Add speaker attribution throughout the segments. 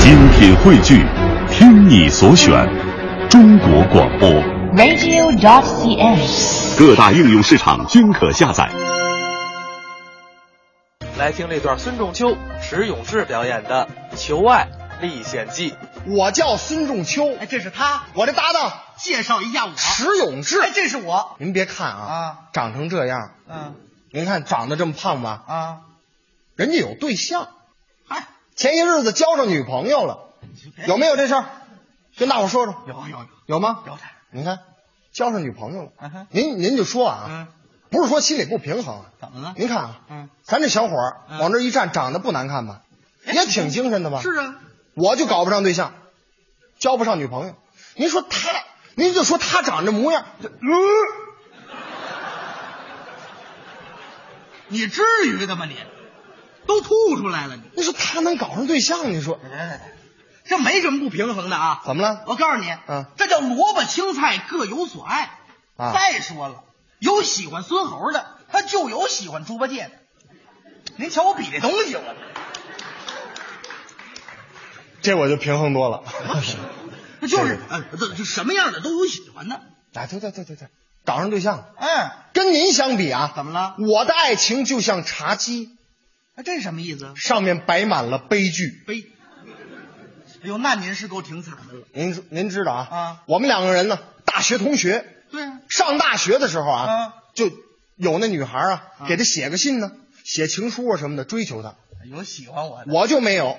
Speaker 1: 精品汇聚，听你所选，中国广播。
Speaker 2: radio.cn。
Speaker 1: 各大应用市场均可下载。
Speaker 3: 来听这段孙仲秋、石永志表演的《求爱历险记》。
Speaker 4: 我叫孙仲秋，
Speaker 5: 哎，这是他，
Speaker 4: 我的搭档
Speaker 5: 介绍一下我，
Speaker 4: 石永志。
Speaker 5: 哎，这是我，
Speaker 4: 您别看啊，
Speaker 5: 啊
Speaker 4: 长成这样，
Speaker 5: 嗯
Speaker 4: 您看长得这么胖吧，
Speaker 5: 啊，
Speaker 4: 人家有对象，
Speaker 5: 嗨，
Speaker 4: 前些日子交上女朋友了，有没有这事儿？跟大伙说说，
Speaker 5: 有有有，
Speaker 4: 有吗？
Speaker 5: 有的
Speaker 4: 您看，交上女朋友了，
Speaker 5: 嗯哼
Speaker 4: 您您就说啊，
Speaker 5: 嗯
Speaker 4: 不是说心里不平衡，
Speaker 5: 怎么了
Speaker 4: 您看啊，
Speaker 5: 嗯
Speaker 4: 咱这小伙儿、
Speaker 5: 嗯哎
Speaker 4: 往这一站，长得不难看吧？也挺精神的吧？
Speaker 5: 是啊，
Speaker 4: 我就搞不上对象，交不上女朋友。您说他，您就说他长这模样，这
Speaker 5: 呃
Speaker 4: 嗯，
Speaker 5: 你至于的吗你？都吐出来了你，
Speaker 4: 你说他能搞上对象？你说
Speaker 5: 哎这没什么不平衡的啊。
Speaker 4: 怎么了？
Speaker 5: 我告诉你，
Speaker 4: 嗯
Speaker 5: 这叫萝卜青菜各有所爱。
Speaker 4: 啊
Speaker 5: 再说了，有喜欢孙猴的，他就有喜欢猪八戒的。您瞧我比这东西，我
Speaker 4: 这我就平衡多了。
Speaker 5: 这就是
Speaker 4: 是
Speaker 5: 呃，这这什么样的都有喜欢的。
Speaker 4: 哎，对对对对对，搞上对象了。
Speaker 5: 嗯，
Speaker 4: 跟您相比啊，
Speaker 5: 怎么了
Speaker 4: 我的爱情就像茶几，
Speaker 5: 哎这是什么意思？
Speaker 4: 上面摆满了悲剧。
Speaker 5: 悲。哎呦，那您是够挺惨的了。
Speaker 4: 您说您知道啊？
Speaker 5: 啊
Speaker 4: 我们两个人呢，大学同学，
Speaker 5: 对啊，
Speaker 4: 上大学的时候啊，
Speaker 5: 啊
Speaker 4: 就有那女孩啊，
Speaker 5: 啊
Speaker 4: 给他写个信呢，写情书啊什么的，追求他。
Speaker 5: 有喜欢我的，
Speaker 4: 我就没有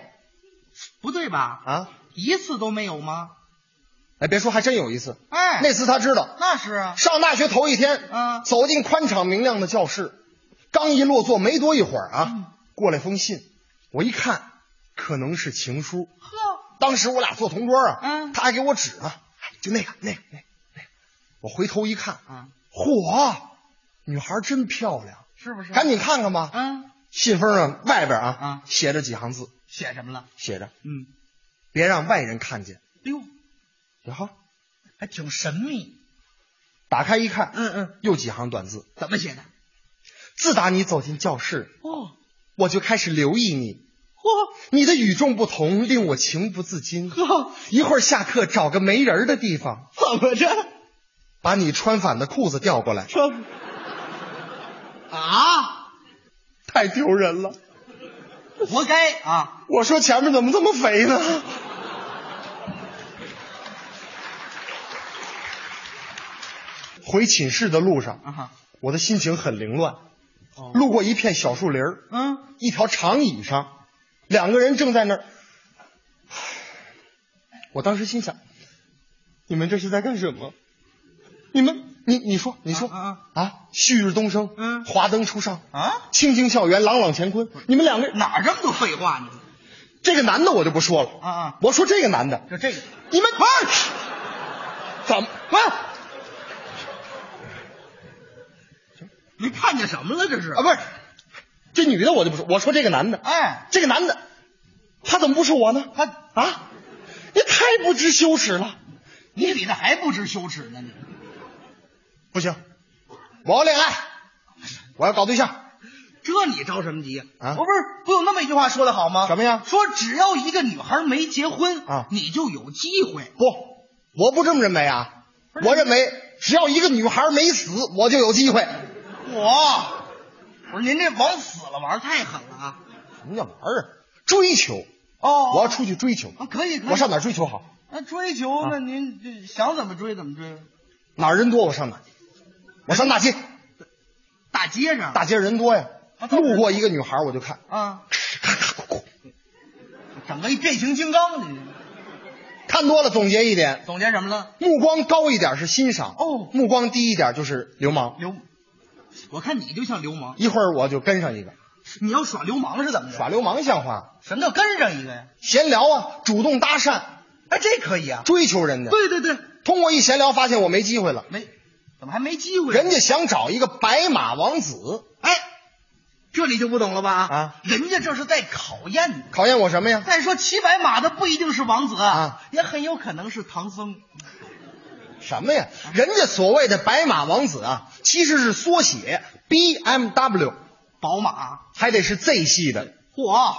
Speaker 5: 不对吧？
Speaker 4: 啊！
Speaker 5: 一次都没有吗？
Speaker 4: 哎，别说，还真有一次。
Speaker 5: 哎，
Speaker 4: 那次他知道，
Speaker 5: 那是啊，
Speaker 4: 上大学头一天，
Speaker 5: 啊
Speaker 4: 走进宽敞明亮的教室，刚一落座没多一会儿啊，
Speaker 5: 嗯
Speaker 4: 过来封信，我一看，可能是情书。
Speaker 5: 呵，
Speaker 4: 当时我俩做同桌啊，
Speaker 5: 嗯
Speaker 4: 他还给我指呢，哎就那个那个那个，那个我回头一看，
Speaker 5: 啊，
Speaker 4: 嚯，女孩真漂亮，
Speaker 5: 是不是？
Speaker 4: 赶紧看看吧。
Speaker 5: 嗯，
Speaker 4: 信封上外边啊，
Speaker 5: 啊
Speaker 4: 写着几行字，
Speaker 5: 写什么了？
Speaker 4: 写着
Speaker 5: 嗯，
Speaker 4: 别让外人看见。
Speaker 5: 哎呦，
Speaker 4: 然后
Speaker 5: 还挺神秘。
Speaker 4: 打开一看，
Speaker 5: 嗯嗯，
Speaker 4: 又几行短字。
Speaker 5: 怎么写的？
Speaker 4: 自打你走进教室，
Speaker 5: 哦，
Speaker 4: 我就开始留意你，
Speaker 5: 嚯，
Speaker 4: 你的与众不同令我情不自 禁。
Speaker 5: 呵，
Speaker 4: 一会儿下课找个没人儿的地方，
Speaker 5: 哦怎么着？
Speaker 4: 把你穿反的裤子调过来，
Speaker 5: 这啊，
Speaker 4: 太丢人了。
Speaker 5: 活该啊！
Speaker 4: 我说前面怎么这么肥呢？ 回寝室的路上，
Speaker 5: 啊哈，
Speaker 4: 我的心情很凌乱
Speaker 5: 哦。
Speaker 4: 路过一片小树林儿，
Speaker 5: 嗯，
Speaker 4: 一条长椅上，两个人正在那儿。唉我当时心想，你们这是在干什么？你们，你你说，你说
Speaker 5: 啊
Speaker 4: 啊，旭日东升，
Speaker 5: 嗯
Speaker 4: 华灯初上
Speaker 5: 啊，
Speaker 4: 清静校园，朗朗乾坤。你们两个人，
Speaker 5: 哪儿这么多废话呢？
Speaker 4: 这个男的我就不说了
Speaker 5: 啊啊
Speaker 4: 我说这个男的，
Speaker 5: 就这个，
Speaker 4: 你们喂，怎么喂？啊
Speaker 5: 你看见什么了？这是
Speaker 4: 不是，这女的我就不说，我说这个男的，
Speaker 5: 哎，
Speaker 4: 这个男的，他怎么不是我呢？
Speaker 5: 他
Speaker 4: 啊，你太不知羞耻了！
Speaker 5: 你比他还不知羞耻呢，你。
Speaker 4: 不行，我要恋爱，我要搞对象。
Speaker 5: 这你着什么急
Speaker 4: 啊
Speaker 5: 我不是不有那么一句话说的好吗？
Speaker 4: 什么呀
Speaker 5: 说只要一个女孩没结婚
Speaker 4: 啊
Speaker 5: 你就有机会。
Speaker 4: 不，我不这么认为啊，我认为只要一个女孩没死，我就有机会。
Speaker 5: 我，我说您这往死了玩儿太狠了啊！
Speaker 4: 什么叫玩儿啊？追求，
Speaker 5: 哦
Speaker 4: 我要出去追求。
Speaker 5: 啊可以可以，
Speaker 4: 我上哪啊儿追求好？
Speaker 5: 那追求那您这想怎么追怎么追，
Speaker 4: 哪儿人多我上哪儿，我上大街，
Speaker 5: 大街上
Speaker 4: 大街人多呀
Speaker 5: 啊。倒是
Speaker 4: 路过一个女孩我就看，
Speaker 5: 啊，
Speaker 4: 咔咔咔咔，
Speaker 5: 整个一变形金刚你这
Speaker 4: 看多了总结一点，
Speaker 5: 总结什么了？
Speaker 4: 目光高一点是欣赏，
Speaker 5: 哦
Speaker 4: 目光低一点就是流氓。
Speaker 5: 流，我看你就像流氓，
Speaker 4: 一会儿我就跟上一个，
Speaker 5: 你要耍流氓是怎么着？
Speaker 4: 耍流氓像话？
Speaker 5: 什么叫跟上一个呀？
Speaker 4: 闲聊啊，主动搭讪，
Speaker 5: 哎，这可以啊！
Speaker 4: 追求人家。
Speaker 5: 对对对，
Speaker 4: 通过一闲聊，发现我没机会了。
Speaker 5: 没，怎么还没机会呢？
Speaker 4: 人家想找一个白马王子，
Speaker 5: 哎，这你就不懂了吧？
Speaker 4: 啊，
Speaker 5: 人家这是在考验你。
Speaker 4: 考验我什么呀？
Speaker 5: 再说骑白马的不一定是王子
Speaker 4: 啊，
Speaker 5: 也很有可能是唐僧。
Speaker 4: 什么呀？人家所谓的白马王子啊，其实是缩写 BMW，
Speaker 5: 宝马，
Speaker 4: 还得是 Z 系的
Speaker 5: 嚯，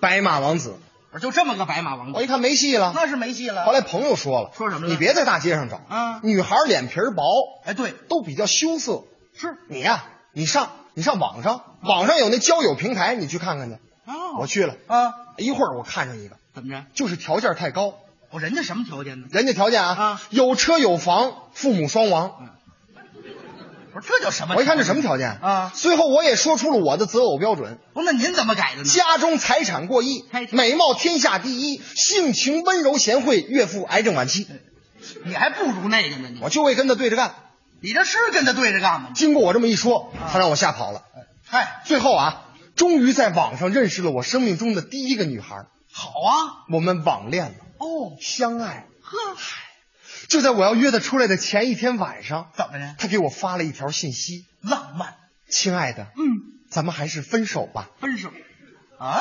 Speaker 4: 白马王子。
Speaker 5: 我就这么个白马王
Speaker 4: 我一
Speaker 5: 子，
Speaker 4: 看没戏了，
Speaker 5: 那是没戏了。
Speaker 4: 哎后来朋友说了，
Speaker 5: 说什么了
Speaker 4: 你别在大街上找
Speaker 5: 啊
Speaker 4: 女孩脸皮儿薄，
Speaker 5: 哎，对，
Speaker 4: 都比较羞涩。
Speaker 5: 是
Speaker 4: 你呀、你上你上网上，网上有那交友平台，你去看看去。
Speaker 5: 啊
Speaker 4: 我去了，
Speaker 5: 啊，
Speaker 4: 一会儿我看上一个，
Speaker 5: 怎么着？
Speaker 4: 就是条件太高，
Speaker 5: 我人家什么条件呢？
Speaker 4: 人家条件啊，
Speaker 5: 啊
Speaker 4: 有车有房，父母双亡。
Speaker 5: 我说这叫什么？
Speaker 4: 我一看这什么条件
Speaker 5: 啊？
Speaker 4: 最后我也说出了我的择偶标准：
Speaker 5: 不，那您怎么改的呢？
Speaker 4: 家中财产过亿
Speaker 5: 开，车
Speaker 4: 美貌天下第一，性情温柔贤惠，岳父癌症晚期。
Speaker 5: 嗯你还不如那个呢，你
Speaker 4: 我就会跟他对着干。
Speaker 5: 你这是跟他对着干吗？
Speaker 4: 经过我这么一说，
Speaker 5: 啊
Speaker 4: 他让我吓跑了。
Speaker 5: 嗨，
Speaker 4: 最后啊，终于在网上认识了我生命中的第一个女孩，
Speaker 5: 好啊，
Speaker 4: 我们网恋了，
Speaker 5: 哦，
Speaker 4: 相爱。
Speaker 5: 呵，
Speaker 4: 就在我要约她出来的前一天晚上，
Speaker 5: 怎么着？
Speaker 4: 她给我发了一条信息
Speaker 5: 浪漫，：“
Speaker 4: 亲爱的，
Speaker 5: 嗯，
Speaker 4: 咱们还是分手吧。
Speaker 5: 分手啊？”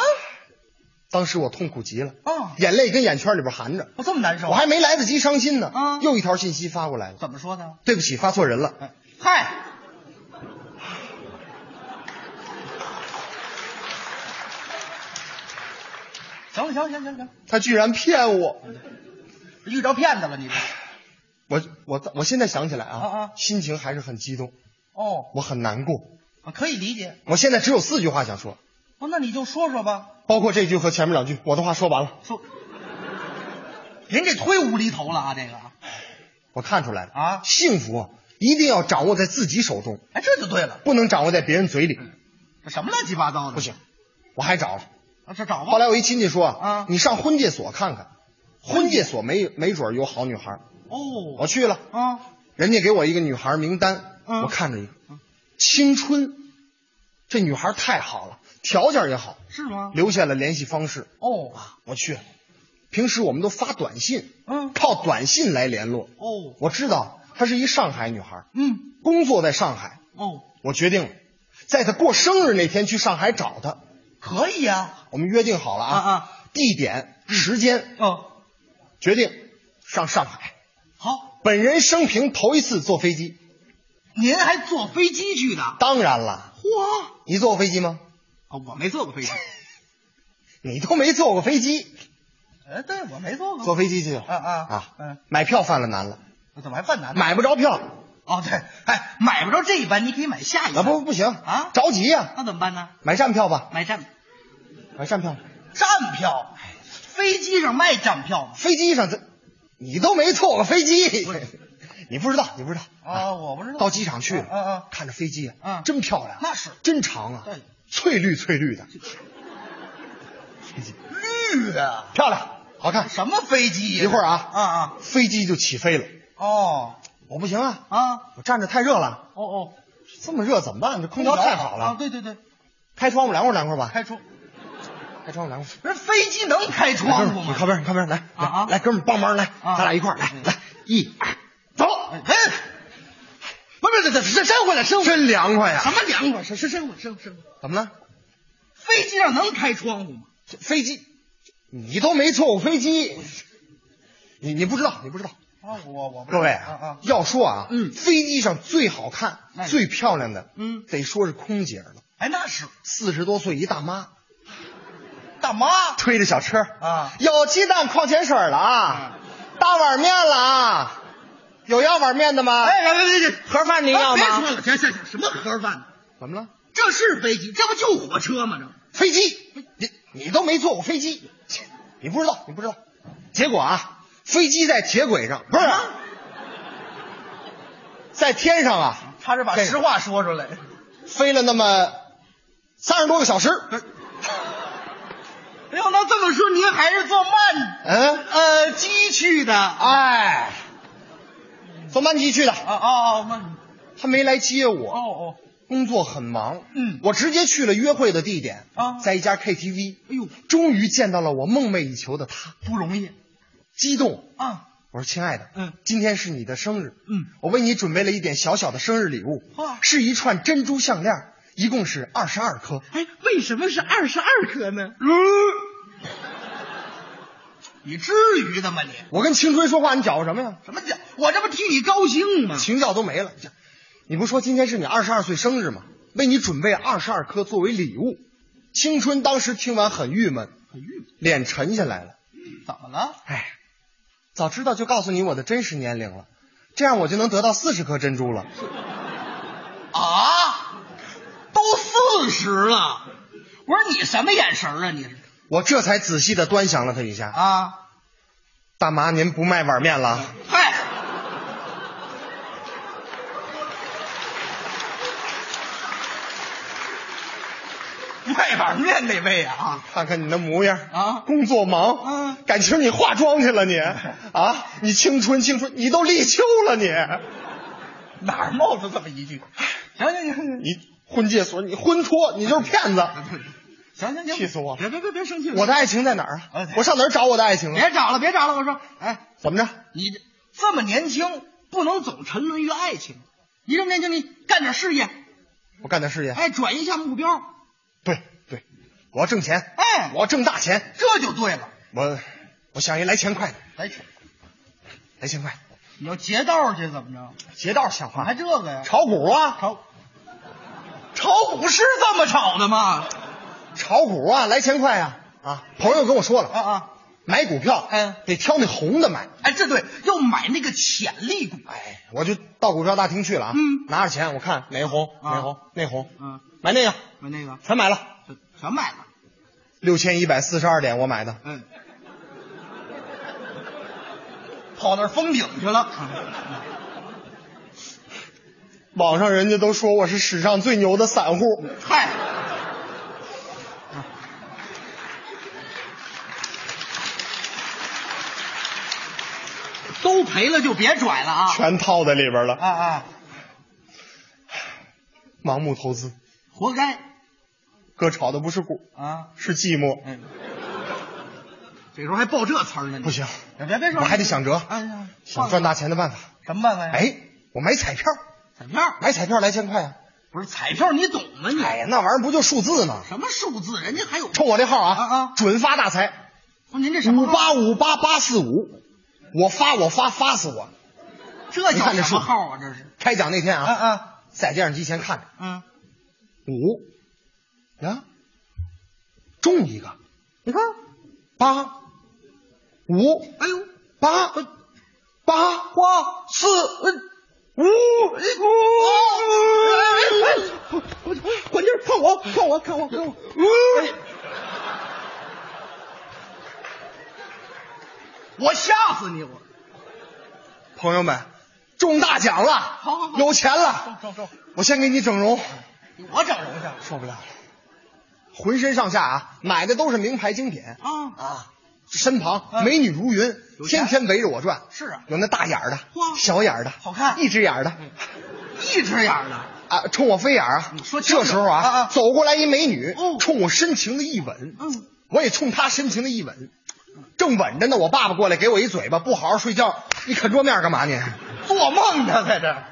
Speaker 4: 当时我痛苦极了，
Speaker 5: 哦，
Speaker 4: 眼泪跟眼圈里边含着，
Speaker 5: 我这么难受？
Speaker 4: 我还没来得及伤心呢，
Speaker 5: 啊
Speaker 4: 又一条信息发过来了：“
Speaker 5: 怎么说的？
Speaker 4: 对不起，发错人了。
Speaker 5: 哎嗨，行了，行了行了行了行了，”
Speaker 4: 他居然骗我！
Speaker 5: 遇着骗子了你这？
Speaker 4: 我我我现在想起来
Speaker 5: 啊啊
Speaker 4: 心情还是很激动，
Speaker 5: 哦，
Speaker 4: 我很难过。
Speaker 5: 我可以理解。
Speaker 4: 我现在只有四句话想说，
Speaker 5: 不，那你就说说吧。
Speaker 4: 包括这句和前面两句，我的话说完了，
Speaker 5: 说，您这忒无厘头了啊，这个啊，
Speaker 4: 我看出来了
Speaker 5: 啊
Speaker 4: 幸福一定要掌握在自己手中，
Speaker 5: 哎，这就对了，
Speaker 4: 不能掌握在别人嘴里。
Speaker 5: 这什么乱七八糟的？
Speaker 4: 不行，，我还找了。
Speaker 5: 啊，这找吧。
Speaker 4: 后来我一亲戚说
Speaker 5: 啊
Speaker 4: 你上婚介所看看，婚介所没没准儿有好女孩。
Speaker 5: 哦，
Speaker 4: 我去了，
Speaker 5: 啊，
Speaker 4: 人家给我一个女孩名单，
Speaker 5: 嗯
Speaker 4: 我看着一个，青春，这女孩太好了，条件也好，
Speaker 5: 是吗？
Speaker 4: 留下了联系方式。
Speaker 5: 哦，
Speaker 4: 我去，平时我们都发短信，
Speaker 5: 嗯，
Speaker 4: 靠短信来联络。
Speaker 5: 哦，
Speaker 4: 我知道她是一上海女孩，
Speaker 5: 嗯，
Speaker 4: 工作在上海。
Speaker 5: 哦，
Speaker 4: 我决定了，在她过生日那天去上海找她。
Speaker 5: 可以呀、
Speaker 4: 我们约定好了啊，
Speaker 5: 啊啊
Speaker 4: 地点、时间，
Speaker 5: 哦，
Speaker 4: 决定上上海。
Speaker 5: 好，
Speaker 4: 本人生平头一次坐飞机，
Speaker 5: 您还坐飞机去的？
Speaker 4: 当然了，
Speaker 5: 嚯！
Speaker 4: 你坐过飞机吗？
Speaker 5: 啊，我没坐过 飞机。
Speaker 4: 你都没坐过飞机，
Speaker 5: 哎，对，我没坐 过。
Speaker 4: 坐飞机去
Speaker 5: 啊啊
Speaker 4: 啊
Speaker 5: 嗯，
Speaker 4: 买票犯了难了，
Speaker 5: 我怎么还犯难呢？
Speaker 4: 买不着票
Speaker 5: 哦，对，哎，买不着这一班，你可以买下一
Speaker 4: 啊，
Speaker 5: 班。
Speaker 4: 不不行
Speaker 5: 啊
Speaker 4: 着急呀、
Speaker 5: 那怎么办呢？
Speaker 4: 买站票吧，
Speaker 5: 买站
Speaker 4: 买站票。
Speaker 5: 站票，飞机上卖站票吗？
Speaker 4: 飞机上这，你都没坐过飞机
Speaker 5: 不是，
Speaker 4: 你不知道，你哦不知道啊
Speaker 5: 啊，我不知道。
Speaker 4: 到机场去了，
Speaker 5: 嗯嗯，
Speaker 4: 看着飞机
Speaker 5: 嗯
Speaker 4: 真漂亮，
Speaker 5: 那是
Speaker 4: 真长啊
Speaker 5: 对，
Speaker 4: 翠绿翠绿 的，
Speaker 5: 绿的，
Speaker 4: 漂亮，好看。
Speaker 5: 什么飞机呀？
Speaker 4: 一会儿啊
Speaker 5: 啊啊，
Speaker 4: 飞机就起飞了，
Speaker 5: 哦
Speaker 4: 我不行啊，
Speaker 5: 啊，
Speaker 4: 我站着太热了，
Speaker 5: 哦哦，
Speaker 4: 这么热怎么办？这空调太好
Speaker 5: 啊，
Speaker 4: 了，
Speaker 5: 对对对，
Speaker 4: 开窗户凉快凉快吧，
Speaker 5: 开窗，
Speaker 4: 开窗户凉快。
Speaker 5: 不是飞机能开
Speaker 4: 来
Speaker 5: 窗
Speaker 4: 哥
Speaker 5: 户
Speaker 4: 们儿你
Speaker 5: 吗？
Speaker 4: 靠边儿，你靠边儿，来
Speaker 5: 啊啊
Speaker 4: 来，来，哥们儿帮忙来，
Speaker 5: 啊
Speaker 4: 咱俩一块儿来
Speaker 5: 嗯
Speaker 4: 来，一二，走，
Speaker 5: 哎，不是不是，不是伸回来，伸回来。
Speaker 4: 真凉快呀！
Speaker 5: 什么凉快？伸伸伸回来，伸伸回来。
Speaker 4: 怎么了？
Speaker 5: 飞机上能开窗户吗？
Speaker 4: 这飞机，你都没坐过飞机，你你不知道，你不知道。
Speaker 5: 啊，我我
Speaker 4: 各位
Speaker 5: 啊啊，
Speaker 4: 要说啊，
Speaker 5: 嗯
Speaker 4: 飞机上最好看
Speaker 5: 那、是
Speaker 4: 最漂亮的，
Speaker 5: 嗯
Speaker 4: 得说是空姐了。
Speaker 5: 哎，那是
Speaker 4: 四十多岁一大妈，
Speaker 5: 大妈
Speaker 4: 推着小车，
Speaker 5: 啊，嗯
Speaker 4: 有鸡蛋矿泉水了啊，大碗面了啊，有要碗面的吗？
Speaker 5: 哎，别别别别，
Speaker 4: 盒饭您要
Speaker 5: 啊别说
Speaker 4: 吗？
Speaker 5: 了，行行行，什么盒饭？
Speaker 4: 怎么了？
Speaker 5: 这是飞机，这不就火车吗？这
Speaker 4: 飞机，你你都没坐过飞机，你不知道，你不知道。结果啊，飞机在铁轨上，不是、在天上啊，
Speaker 5: 他是把
Speaker 4: 这
Speaker 5: 实话说出来。
Speaker 4: 飞了那么三十多个小时。
Speaker 5: 嗯要能哎这么说，您还是坐慢
Speaker 4: 嗯，
Speaker 5: 呃机去的啊
Speaker 4: 哎，坐班机去的，
Speaker 5: 啊啊慢
Speaker 4: 他没来接
Speaker 5: 哦
Speaker 4: 我，
Speaker 5: 哦，
Speaker 4: 工作很忙。
Speaker 5: 嗯
Speaker 4: 我直接去了约会的地点
Speaker 5: 啊
Speaker 4: 在一家 KTV，
Speaker 5: 哎呦，
Speaker 4: 终于见到了我梦寐以求的他，
Speaker 5: 不容易
Speaker 4: 激动。
Speaker 5: 啊，
Speaker 4: 我说：“亲爱的，
Speaker 5: 嗯，
Speaker 4: 今天是你的生日，
Speaker 5: 嗯，啊
Speaker 4: 我为你准备了一点小小的生日礼物，
Speaker 5: 哇
Speaker 4: 是一串珍珠项链，一共是二十二颗。
Speaker 5: 哎，为什么是二十二颗呢？呃你至于的吗你？
Speaker 4: 我跟青春说话，你搅和什么呀？
Speaker 5: 什么叫？我这不替你高兴吗？
Speaker 4: 情调都没了。你不说今天是你二十二岁生日吗？为你准备二十二颗作为礼物。青春当时听完很郁闷，
Speaker 5: 很郁闷，
Speaker 4: 脸沉下来了。
Speaker 5: 怎么了？
Speaker 4: 哎，早知道就告诉你我的真实年龄了，这样我就能得到四十颗珍珠了。
Speaker 5: 啊，都四十了，我说你什么眼神啊？你是
Speaker 4: 我这才仔细的端详了他一下。
Speaker 5: 啊？
Speaker 4: 大妈，您不卖碗面了？
Speaker 5: 嗨， 卖碗面那位啊
Speaker 4: 看看你那模样
Speaker 5: 啊
Speaker 4: 工作忙，
Speaker 5: 嗯
Speaker 4: 感情你化妆去 了你啊，你青春青春，你都立秋了你，
Speaker 5: 哪儿冒出这么一句？行行行
Speaker 4: 你婚介所，你婚托，你就是 骗子。
Speaker 5: 行行行，
Speaker 4: 气死我了
Speaker 5: 别别别别生气了，
Speaker 4: 我的爱情在哪儿啊
Speaker 5: 嗯？
Speaker 4: 我上哪儿找我的爱情啊？
Speaker 5: 别找了，别找了。我说，哎，
Speaker 4: 怎么着？
Speaker 5: 你这这么年轻，不能总沉沦于爱情。你这么年轻，你干点事业，
Speaker 4: 我干点事业。
Speaker 5: 哎，转移一下目标，
Speaker 4: 对对，我要挣钱。
Speaker 5: 哎
Speaker 4: 我要挣大钱。
Speaker 5: 这就对了。
Speaker 4: 我我想一来钱快的，
Speaker 5: 来去，
Speaker 4: 来钱快的，
Speaker 5: 你要劫道去怎么着？
Speaker 4: 劫道像话
Speaker 5: 还
Speaker 4: 吗？
Speaker 5: 这个呀？
Speaker 4: 炒股啊，
Speaker 5: 炒炒股是这么炒的吗？
Speaker 4: 炒股啊，来钱快啊啊！朋友跟我说
Speaker 5: 啊
Speaker 4: 了，
Speaker 5: 啊，
Speaker 4: 买股票，
Speaker 5: 嗯
Speaker 4: 得挑那红的买。
Speaker 5: 哎，这对，要买那个潜力股。
Speaker 4: 哎，我就到股票大厅去了啊，
Speaker 5: 嗯
Speaker 4: 拿着钱我看哪个红，
Speaker 5: 啊
Speaker 4: 哪个红，那红，
Speaker 5: 嗯，
Speaker 4: 买那个，
Speaker 5: 买那个，
Speaker 4: 全买了，
Speaker 5: 这全买了。
Speaker 4: 六千一百四十二点我买的，
Speaker 5: 嗯，跑那儿封顶去了。嗯
Speaker 4: 网上人家都说我是史上最牛的散户，
Speaker 5: 嗨，都赔了就别拽了啊！
Speaker 4: 全套在里边了，
Speaker 5: 啊啊，
Speaker 4: 盲目投资，
Speaker 5: 活该
Speaker 4: 哥炒的不是股，
Speaker 5: 啊！
Speaker 4: 是寂寞，
Speaker 5: 哎，这时候还报这词儿呢，你哎
Speaker 4: 不行，
Speaker 5: 别别别说
Speaker 4: 我
Speaker 5: 了，
Speaker 4: 还得想辙，
Speaker 5: 哎呀，
Speaker 4: 想赚大钱的办法。
Speaker 5: 什么办法呀？，
Speaker 4: 哎，我买彩票，
Speaker 5: 彩票
Speaker 4: 买彩票来钱快啊！
Speaker 5: 不是彩票，你懂吗？你
Speaker 4: 哎呀，那玩意儿不就数字吗？
Speaker 5: 什么数字？人家还有
Speaker 4: 冲我这号啊，
Speaker 5: 啊啊
Speaker 4: 准发大财，
Speaker 5: 不是您这什
Speaker 4: 五
Speaker 5: 么号？
Speaker 4: 八五八八四五，我发我发发死我！
Speaker 5: 这
Speaker 4: 你
Speaker 5: 叫
Speaker 4: 看这
Speaker 5: 什
Speaker 4: 数
Speaker 5: 么号啊？这是
Speaker 4: 开奖那天啊，
Speaker 5: 啊
Speaker 4: 在电视机前看着
Speaker 5: 嗯，
Speaker 4: 五，呀，中一个，你看八五
Speaker 5: 哎呦，
Speaker 4: 八八花四五哎五，管劲儿，看我看我看我看我，哎
Speaker 5: 我吓死你我！
Speaker 4: 朋友们，中大奖了，
Speaker 5: 好好好
Speaker 4: 有钱了，
Speaker 5: 中中，
Speaker 4: 我先给你整容，
Speaker 5: 我整容去
Speaker 4: 受不了了，浑身上下啊，买的都是名牌精品
Speaker 5: 啊！
Speaker 4: 啊，身旁
Speaker 5: 嗯
Speaker 4: 美女如云，
Speaker 5: 有钱
Speaker 4: 天天围着我转，
Speaker 5: 是啊
Speaker 4: 有那大眼儿的
Speaker 5: 嚯，
Speaker 4: 小眼儿的，
Speaker 5: 好看
Speaker 4: 一只眼儿的。
Speaker 5: 一只眼儿的，
Speaker 4: 啊，冲我飞眼儿啊
Speaker 5: 你！说清楚
Speaker 4: 这时候啊，
Speaker 5: 啊啊
Speaker 4: 走过来一美女，
Speaker 5: 哦
Speaker 4: 冲我深情的一吻，
Speaker 5: 嗯，
Speaker 4: 我也冲她深情的一吻，正吻着呢，我爸爸过来给我一嘴巴，不好好睡觉，你啃桌面干嘛你？
Speaker 5: 做梦呢在这儿。